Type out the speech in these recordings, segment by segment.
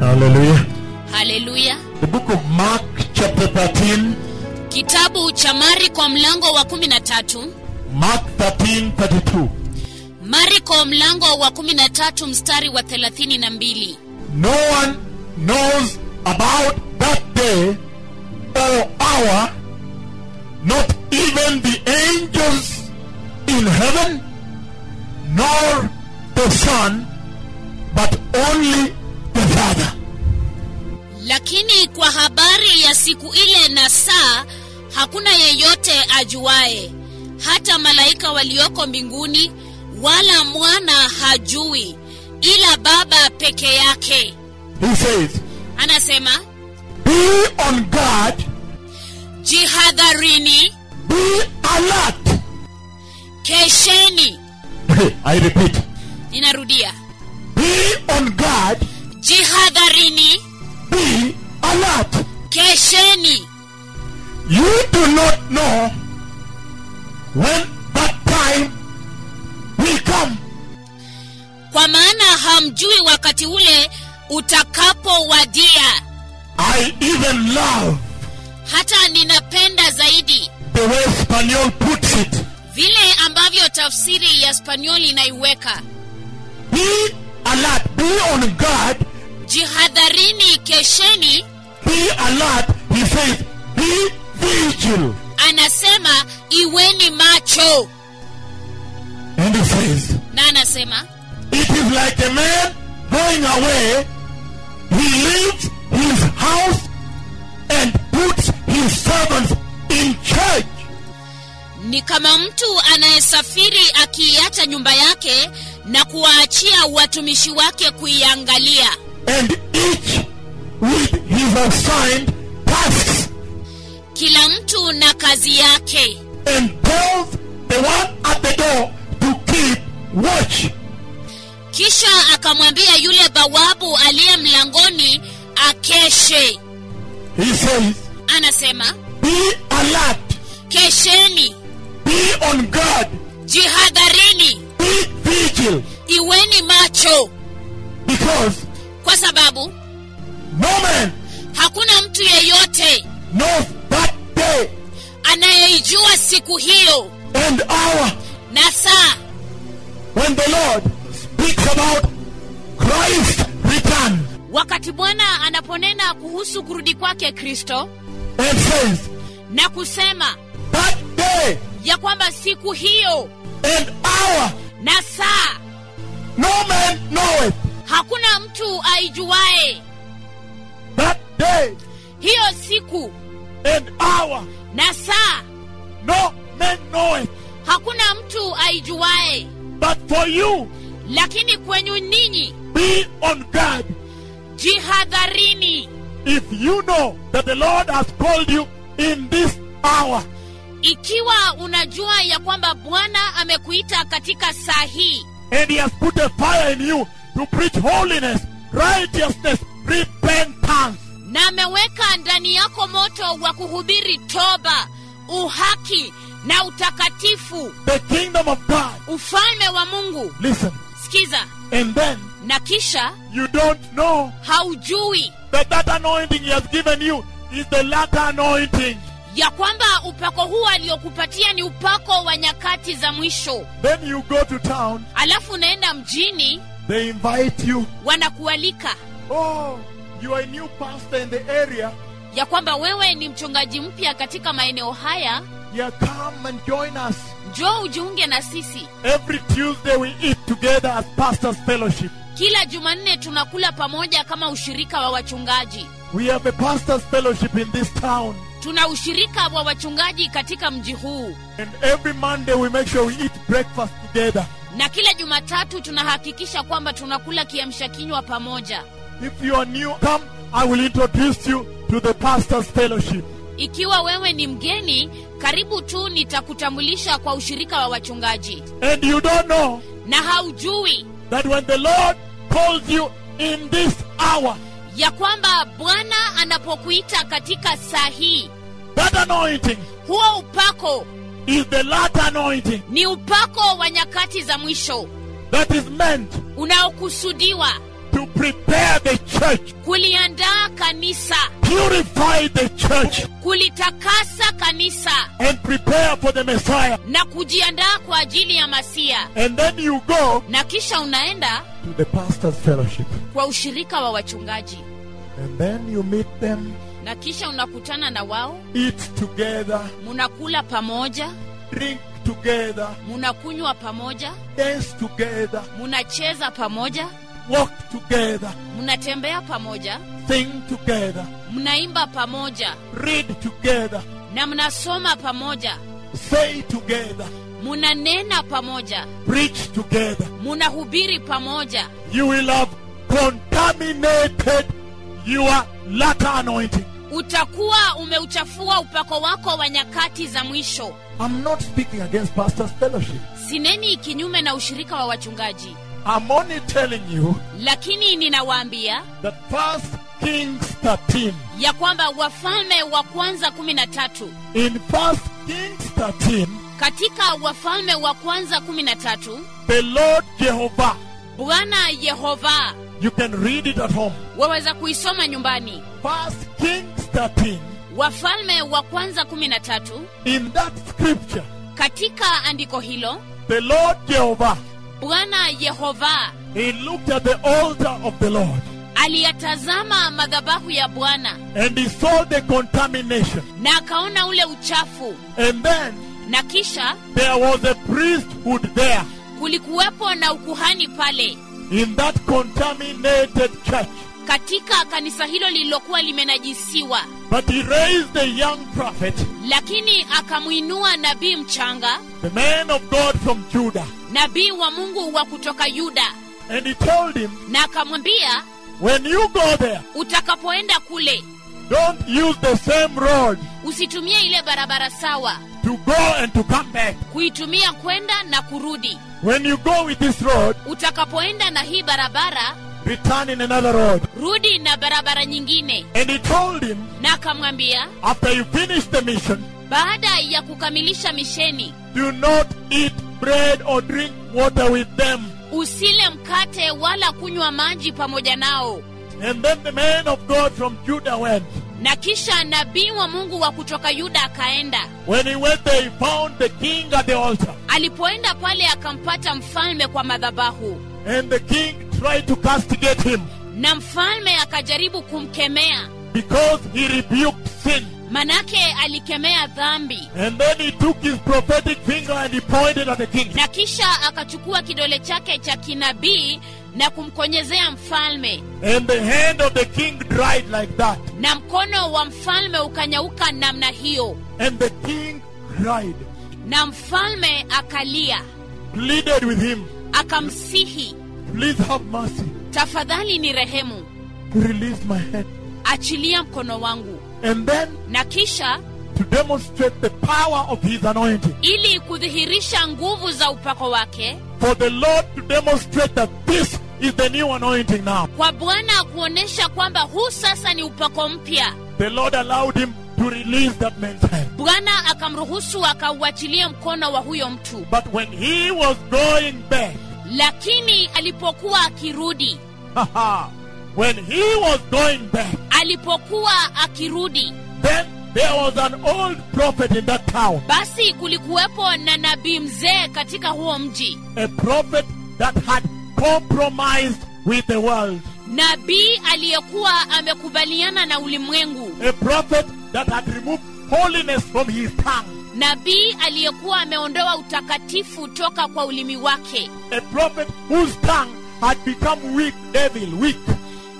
Hallelujah. haleluya The book of Mark, chapter 13, kitabu cha mariko mlango wa 13 Mark 13, 32. mariko mlango wa 13 mstari wa 32 No one knows about that day or hour, not even the angels in heaven, nor the Son, but only the Father. lakini kwa habari ya siku ile na saa hakuna yeyote ajuaye hata malaika walioko mbinguni wala mwana hajui ila baba peke yake He says, anasema Be on guard, jihadharini be alert. kesheni I repeat, ninarudia be on guard, jihadharini be alert. kesheni You do not know when that time will come. kwa maana hamjui wakati ule utakapowadia I even love hata ninapenda zaidi the way Spaniel puts it. vile ambavyo tafsiri ya spanioli inaiweka Be alert, be on guard, jihadharini kesheni be alert. He says, be vigilant. anasema iweni macho And he says, na anasema It is like a man going away. He leaves his house and puts his servants in charge. ni kama mtu anayesafiri akiiacha nyumba yake na kuwaachia watumishi wake kuiangalia And each with his assigned tasks kila mtu na kazi yake and tells the one at the door to keep watch. kisha akamwambia yule bawabu aliye mlangoni akeshe He says, anasema Be alert, kesheni be on guard, jihadharini be vigilant, iweni macho because kwa sababu no man hakuna mtu yeyote knows that day anayeijua siku hiyo and hour na saa when the Lord speaks about Christ's return wakati bwana anaponena kuhusu kurudi kwake kristo and says, na kusema That day ya kwamba siku hiyo and hour na saa no man knoweth. hakuna mtu aijuae That day hiyo siku and hour na saa no man knoweth. hakuna mtu aijuae But for you, lakini kwenyu ninyi be on guard. jihadharini If you know that the Lord has called you in this hour, ikiwa unajua ya kwamba bwana amekuita katika saa hii and He has put a fire in you to preach holiness, righteousness, repentance, na ameweka ndani yako moto wa kuhubiri toba uhaki na utakatifu the kingdom of God. ufalme wa mungu Listen, sikiza and then na kisha you don't know haujui that that anointing He has given you is the latter anointing. ya kwamba upako huu aliokupatia ni upako wa nyakati za mwisho Then you go to town, alafu unaenda mjini they invite you. wanakualika Oh, you are a new pastor in the area. ya kwamba wewe ni mchungaji mpya katika maeneo haya Yeah, come and join us. njoo ujiunge na sisi Every Tuesday we eat together as pastors' fellowship. kila jumanne tunakula pamoja kama ushirika wa wachungaji We have a pastors' fellowship in this town. tuna ushirika wa wachungaji katika mji huu And every Monday we make sure we eat breakfast together. na kila jumatatu tunahakikisha kwamba tunakula kiamsha kinywa pamoja If you are new, come. I will introduce you to the pastors' fellowship. ikiwa wewe ni mgeni karibu tu nitakutambulisha kwa ushirika wa wachungaji And you don't know na haujui that when the Lord calls you in this hour, ya kwamba bwana anapokuita katika saa hii that anointing huo upako is the latter anointing ni upako wa nyakati za mwisho that is meant unaokusudiwa to to prepare the church, kuliandaa kanisa purify the church, kulitakasa kanisa and prepare for the Messiah. na kujiandaa kwa ajili ya masia And then you go na kisha unaenda to the pastor's fellowship. kwa ushirika wa wachungaji And then you meet them, na kisha unakutana na wao eat together, munakula pamoja drink together, munakunywa pamoja dance together, munacheza pamoja walk together, munatembea pamoja sing together, mnaimba pamoja read together, na mnasoma pamoja say together, munanena pamoja preach together. munahubiri pamoja You will have contaminated your latter anointing. utakuwa umeuchafua upako wako wa nyakati za mwisho I'm not speaking against pastor's fellowship. sineni kinyume na ushirika wa wachungaji I'm only telling you lakini ninawaambia that First Kings 13, ya kwamba wafalme wa kwanza 13 in First Kings 13, katika wafalme wa kwanza 13 the Lord Jehovah, bwana yehova you can read it at home. waweza kuisoma nyumbani First Kings 13, wafalme wa kwanza 13 in that scripture, katika andiko hilo the Lord Jehovah, bwana yehova he looked at the altar of the Lord aliyatazama madhabahu ya bwana and he saw the contamination. na akaona ule uchafu And then na kisha there was a priesthood there kulikuwepo na ukuhani pale in that contaminated church. katika kanisa hilo lililokuwa limenajisiwa But he raised a young prophet, lakini akamwinua nabii mchanga the man of God from Judah, nabii wa mungu wa kutoka yuda and he told him, na akamwambia When you go there, utakapoenda kule don't use the same road usitumie ile barabara sawa to go and to come back. kuitumia kwenda na kurudi When you go with this road, utakapoenda na hii barabara return in another road. rudi na barabara nyingine And he told him, na akamwambia After you finish the mission, baada ya kukamilisha misheni do not eat bread or drink water with them. usile mkate wala kunywa maji pamoja nao And then the man of God from Judah went. na kisha nabii wa mungu wa kutoka yuda akaenda When he went there, he found the king at the altar. alipoenda pale akampata mfalme kwa madhabahu And the king tried to castigate him na mfalme akajaribu kumkemea because he rebuked sin. manake alikemea dhambi And then he took his prophetic finger and he pointed at the king. na kisha akachukua kidole chake cha kinabii na kumkonyezea mfalme And the hand of the king dried like that. na mkono wa mfalme ukanyauka namna hiyo And the king cried, na mfalme akalia pleaded with him, akamsihi Please have mercy. tafadhali ni rehemu Release my hand. achilia mkono wangu And then, na kisha to demonstrate the power of his anointing, ili kudhihirisha nguvu za upako wake for the Lord to demonstrate that this is the new anointing now, kwa bwana kuonyesha kwamba huu sasa ni upako mpya the Lord allowed him to release that man's hand. bwana akamruhusu akauachilia mkono wa huyo mtu But when he was going back, lakini alipokuwa akirudi haha, when he was going back, alipokuwa akirudi Then there was an old prophet in that town, basi kulikuwepo na nabii mzee katika huo mji a prophet that had compromised with the world, nabii aliyekuwa amekubaliana na ulimwengu a prophet that had removed holiness from his tongue, nabii aliyekuwa ameondoa utakatifu toka kwa ulimi wake a prophet whose tongue had become weak, devil, weak.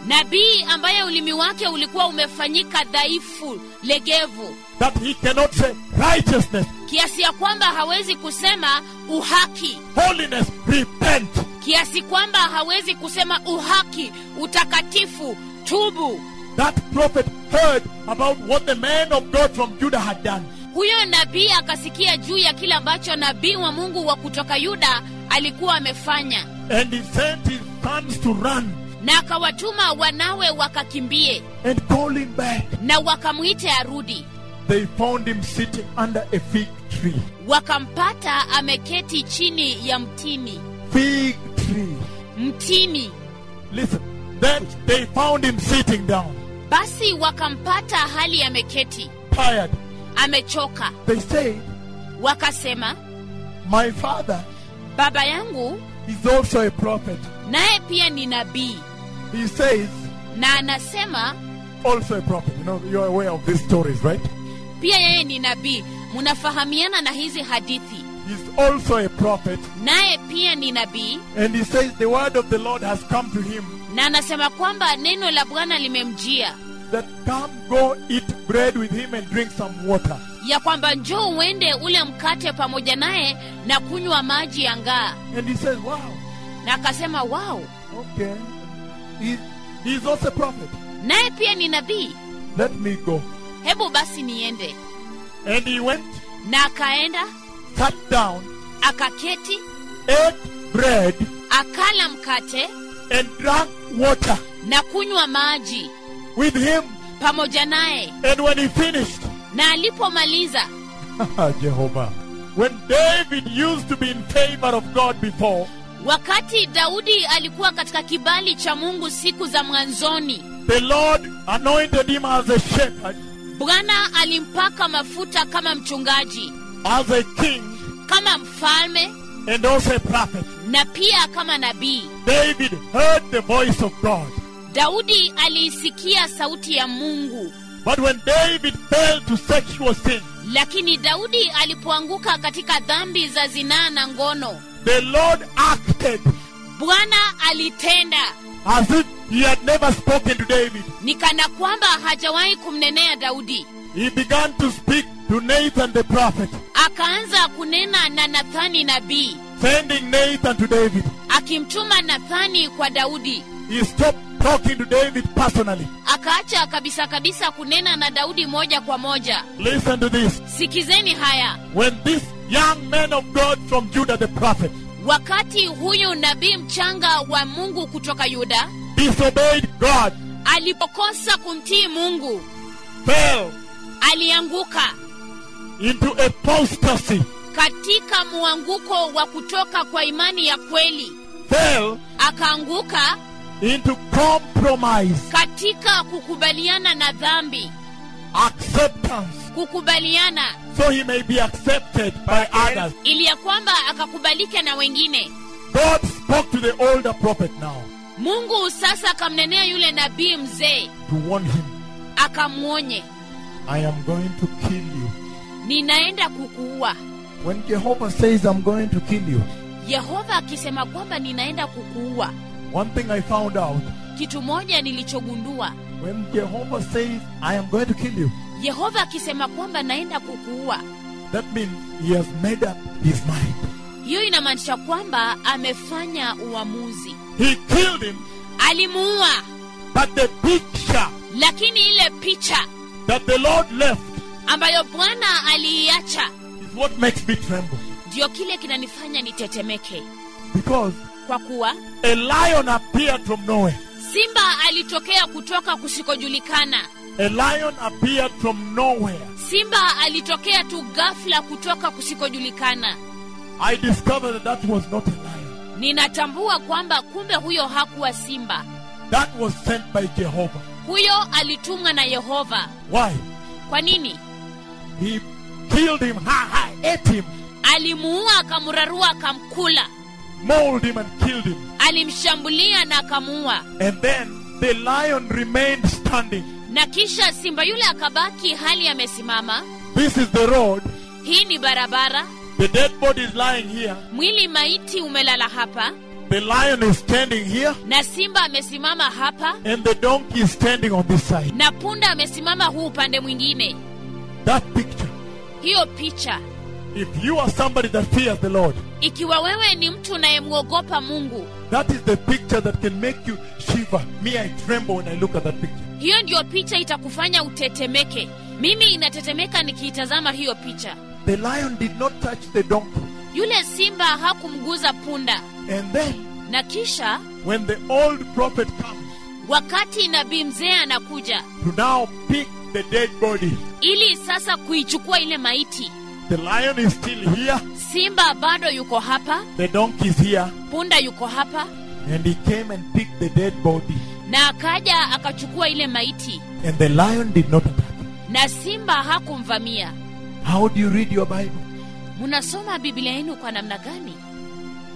nabii ambaye ulimi wake ulikuwa umefanyika dhaifu legevu That he cannot say righteousness, kiasi ya kwamba hawezi kusema uhaki holiness, repent. kiasi kwamba hawezi kusema uhaki utakatifu tubu That prophet heard about what the man of God from Judah had done. huyo nabii akasikia juu ya kile ambacho nabii wa mungu wa kutoka yuda alikuwa amefanya And he sent his sons to run na akawatuma wanawe wakakimbie and call him back. na wakamwite arudi They found him sitting under a fig tree. wakampata ameketi chini ya mtini fig tree. mtini Listen, Then they found him sitting down, basi wakampata hali ameketi tired. amechoka They said, wakasema My father baba yangu is also a prophet. naye pia ni nabii He says, na anasema also a prophet. You know, you're aware of these stories, right? pia yeye ni nabii mnafahamiana na hizi hadithi He's also a prophet. naye pia ni nabii And he says, The word of the Lord has come to him na anasema kwamba neno la bwana limemjia that come, go, eat bread with him and drink some water. ya kwamba njoo uende ule mkate pamoja naye na kunywa maji ya ngaa And he says, Wow, na akasema wao okay. He, he's also a prophet. naye pia ni nabii Let me go. hebu basi niende And he went, na akaenda sat down, akaketi ate bread, akala mkate and drank water na kunywa maji with him. pamoja naye And when he finished, na alipomaliza Jehovah, when David used to be in favor of God before, wakati daudi alikuwa katika kibali cha mungu siku za mwanzoni the Lord anointed him as a shepherd, bwana alimpaka mafuta kama mchungaji as a king, kama mfalme and also a prophet. na pia kama nabii David heard the voice of God. daudi aliisikia sauti ya mungu But when David fell to sexual sin, lakini daudi alipoanguka katika dhambi za zinaa na ngono the Lord acted bwana alitenda as if he had never spoken to David. ni kana kwamba hajawahi kumnenea daudi He began to speak to Nathan the prophet, akaanza kunena na nathani nabii sending Nathan to David. akimtuma nathani kwa daudi He stopped talking to David personally. akaacha kabisa kabisa kunena na daudi moja kwa moja Listen to this. sikizeni haya When this young man of God from Judah the prophet wakati huyu nabii mchanga wa mungu kutoka yuda disobeyed God, alipokosa kumtii mungu fell alianguka into apostasy, katika mwanguko wa kutoka kwa imani ya kweli fell akaanguka into compromise, katika kukubaliana na dhambi acceptance, kukubaliana so he may be accepted by others. ili ya kwamba akakubalika na wengine God spoke to the older prophet now mungu sasa akamnenea yule nabii mzee to warn him, akamwonye I am going to kill you. ninaenda kukuua When Jehovah says, I'm going to kill you, yehova akisema kwamba ninaenda kukuua one thing I found out kitu moja nilichogundua when Jehovah says, I am going to kill you, yehova akisema kwamba naenda kukuua that means he has made up his mind. hiyo inamaanisha kwamba amefanya uamuzi He killed him, alimuua but the picture lakini ile picha that the Lord left ambayo bwana aliiacha is what makes me tremble. ndiyo kile kinanifanya nitetemeke Because kwa kuwa a lion appeared from nowhere. simba alitokea kutoka kusikojulikana A lion appeared from nowhere. simba alitokea tu ghafla kutoka kusikojulikana I discovered that that was not a lion. ninatambua kwamba kumbe huyo hakuwa simba That was sent by Jehovah. huyo alitumwa na yehova Why? kwa nini He killed him, ha ha, ate him, alimuua akamrarua akamkula mauled him, and killed him. alimshambulia na akamuua And then the lion remained standing. na kisha simba yule akabaki hali amesimama This is the road. hii ni barabara The dead body is lying here. mwili maiti umelala hapa The lion is standing here, na simba amesimama hapa and the donkey is standing on this side. na punda amesimama huu upande mwingine That picture. hiyo picha If you are somebody that fears the Lord, ikiwa wewe ni mtu unayemwogopa mungu that is the picture that can make you shiver. Me, I tremble when I look at that picture. hiyo ndiyo picha itakufanya utetemeke mimi inatetemeka nikiitazama hiyo picha The lion did not touch the donkey. yule simba hakumguza punda And then, na kisha when the old prophet comes wakati nabii mzee anakuja to now pick the dead body, ili sasa kuichukua ile maiti the lion is still here, simba bado yuko hapa the donkey is here, punda yuko hapa and he came and picked the dead body. na akaja akachukua ile maiti and the lion did not attack. na simba hakumvamia How do you read your Bible? munasoma biblia yenu kwa namna gani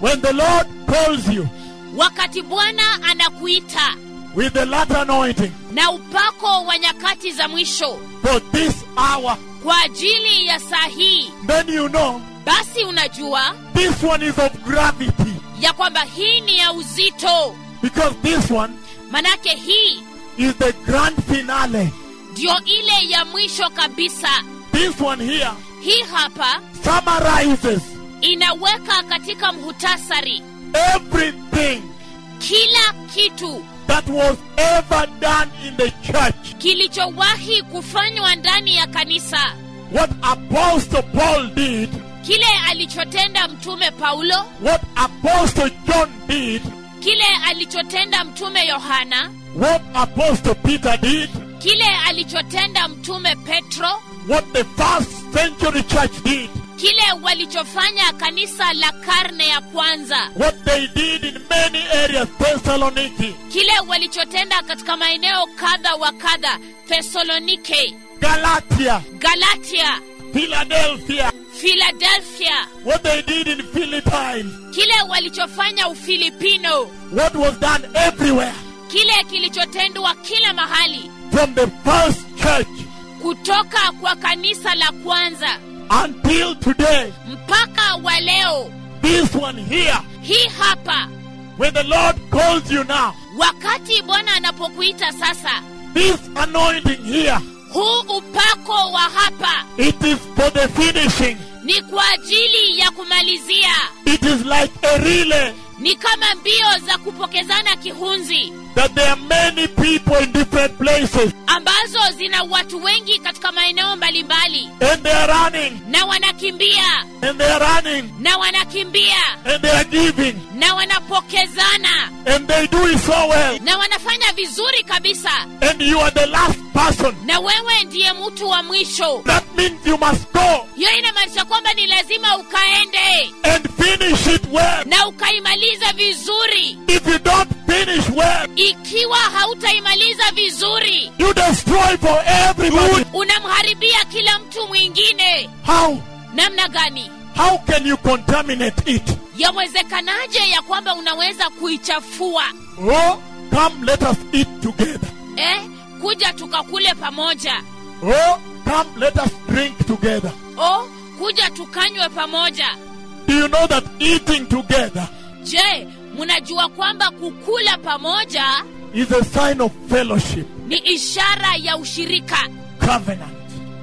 When the Lord calls you wakati bwana anakuita with the latter anointing na upako wa nyakati za mwisho for this hour, kwa ajili ya saa hii then you know basi unajua this one is of gravity ya kwamba hii ni ya uzito because this one manake hii is the grand finale. ndiyo ile ya mwisho kabisa This one here hii hapa summarizes inaweka katika mhutasari everything kila kitu that was ever done in the church. kilichowahi kufanywa ndani ya kanisa What Apostle Paul did, kile alichotenda mtume paulo what Apostle John did, kile alichotenda mtume yohana what Apostle Peter did, kile alichotenda mtume petro what the first century church did, kile walichofanya kanisa la karne ya kwanza what they did in many areas, Thessaloniki, kile walichotenda katika maeneo kadha wa kadha thesalonike Galatia, galatia Philadelphia, filadelfia what they did in Philippines, kile walichofanya ufilipino what was done everywhere kile kilichotendwa kila mahali from the first church kutoka kwa kanisa la kwanza until today. mpaka wa leo This one here, hii hapa when the Lord calls you now, wakati bwana anapokuita sasa this anointing here, huu upako wa hapa it is for the finishing. ni kwa ajili ya kumalizia It is like a relay ni kama mbio za kupokezana kihunzi that there are many people in different places ambazo zina watu wengi katika maeneo mbalimbali and they are running na wanakimbia and they are running na wanakimbia and they are giving na wanapokezana and they do it so well. na wanafanya vizuri kabisa And you are the last person. na wewe ndiye mtu wa mwisho That means you must go hiyo inamaanisha kwamba ni lazima ukaende and finish it well. na ukaimaliza vizuri If you don't finish well, ikiwa hautaimaliza vizuri you destroy for everybody. unamharibia kila mtu mwingine How? namna gani How can you contaminate it? yawezekanaje ya kwamba unaweza kuichafua Oh, come, let us eat together. eh? kuja tukakule pamoja Oh, come, let us drink together. o kuja tukanywe pamoja Do you know that eating together je mnajua kwamba kukula pamoja is a sign of fellowship, ni ishara ya ushirika covenant?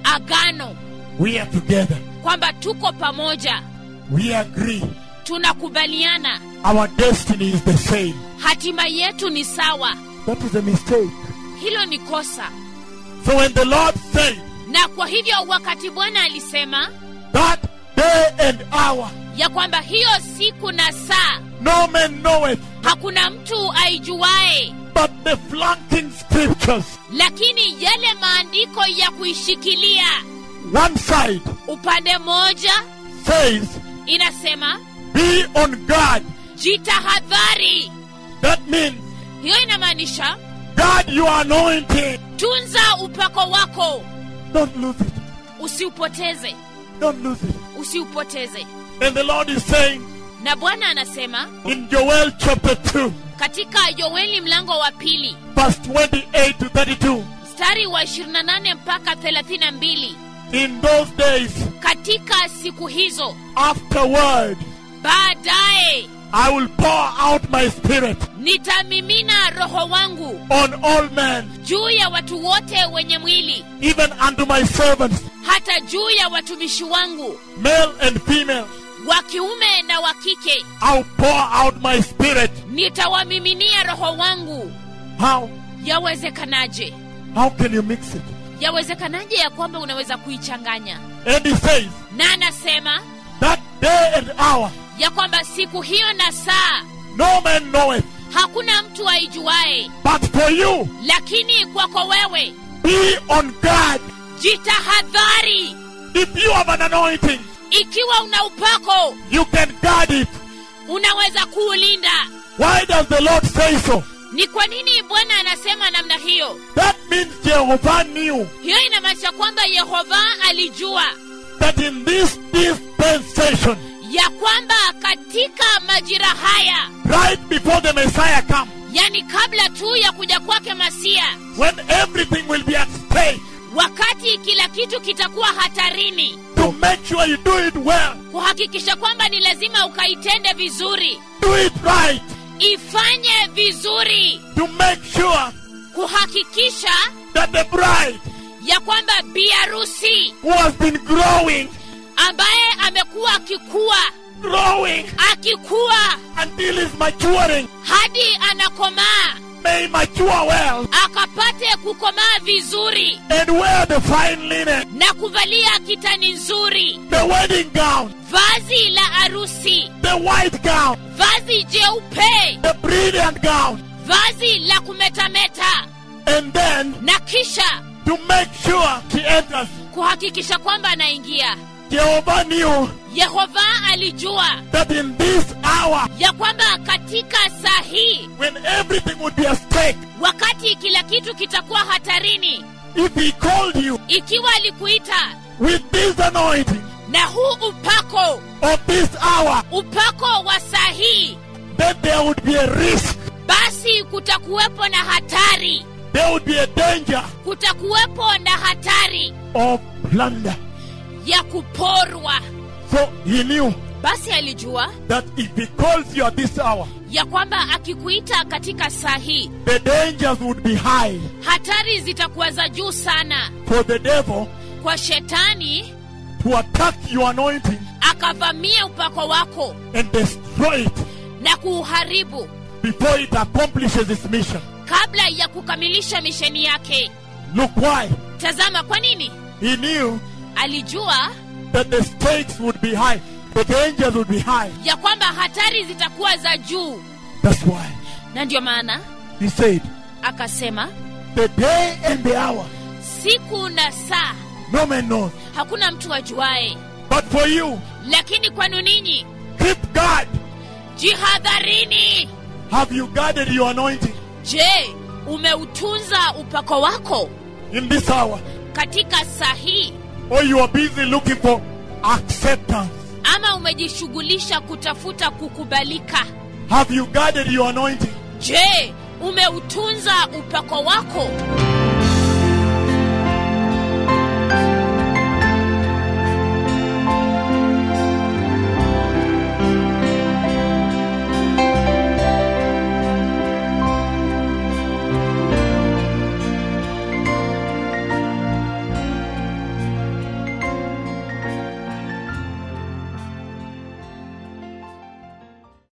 agano We are together. kwamba tuko pamoja We agree. tunakubaliana Our destiny is the same. hatima yetu ni sawa That is a mistake. hilo ni kosa So when the Lord said, na kwa hivyo wakati bwana alisema That day and hour, ya kwamba hiyo siku na saa no man knoweth, hakuna mtu aijuaye but the flanking scriptures. lakini yale maandiko ya kuishikilia One side upande mmoja says, inasema Be on guard. jitahadhari That means, hiyo inamaanisha guard your anointing. tunza upako wako Don't lose it. usiupoteze Don't lose it. usiupoteze And the Lord is saying na bwana anasema in Joel chapter 2, katika yoeli mlango wa pili verse 28 to 32, mstari wa 28 mpaka 32 in those days katika siku hizo afterward, baadaye I will pour out my spirit nitamimina roho wangu on all men, juu ya watu wote wenye mwili even unto my servants, hata juu ya watumishi wangu male and female. wa kiume na wa kike I'll pour out my spirit. nitawamiminia roho wangu How? yawezekanaje How can you mix it? yawezekanaje ya kwamba unaweza kuichanganya And he says, na anasema that day and hour, ya kwamba siku hiyo na saa no man knoweth, hakuna mtu aijuaye but for you, lakini kwako wewe be on guard. jitahadhari If you have an anointing, ikiwa una upako you can guard it. unaweza kuulinda Why does the Lord say so? ni kwa nini bwana anasema namna hiyo That means Jehovah knew hiyo inamaanisha kwamba yehova alijua that in this dispensation, ya kwamba katika majira haya right before the Messiah comes, yani Yaani, kabla tu ya kuja kwake masia when everything will be at stake, wakati kila kitu kitakuwa hatarini to make sure you do it well, kuhakikisha kwamba ni lazima ukaitende vizuri do it right, ifanye vizuri to make sure kuhakikisha that the bride ya kwamba biarusi who has been growing, ambaye amekuwa akikua growing akikua until is maturing, hadi anakomaa may mature well akapate kukomaa vizuri and wear the fine linen, na kuvalia kitani nzuri the wedding gown, vazi la arusi the white gown, vazi jeupe the brilliant gown, vazi la kumetameta and then na kisha to make sure she enters. kuhakikisha kwamba anaingia Jehovah knew yehova alijua that in this hour, ya kwamba katika saa hii when everything would be at stake, wakati kila kitu kitakuwa hatarini if He called you ikiwa alikuita with this anointing na huu upako of this hour, upako wa saa hii then there would be a risk, basi kutakuwepo na hatari there would be a danger kutakuwepo na hatari of plunder. ya kuporwa So He knew basi alijua that if He calls you at this hour, ya kwamba akikuita katika saa hii the dangers would be high hatari zitakuwa za juu sana for the devil kwa shetani to attack your anointing akavamia upako wako and destroy it na kuuharibu before it accomplishes its mission. kabla ya kukamilisha misheni yake Look why. tazama kwa nini He knew alijua that the stakes would be high, the dangers would be high. ya kwamba hatari zitakuwa za juu That's why na ndiyo maana he said, akasema The day and the hour, siku na saa no man knows. hakuna mtu ajuaye But for you, lakini kwanu ninyi keep guard. jihadharini Have you guarded your anointing je umeutunza upako wako in this hour? katika saa hii Or you are busy looking for acceptance? ama umejishughulisha kutafuta kukubalika Have you guarded your anointing? je umeutunza upako wako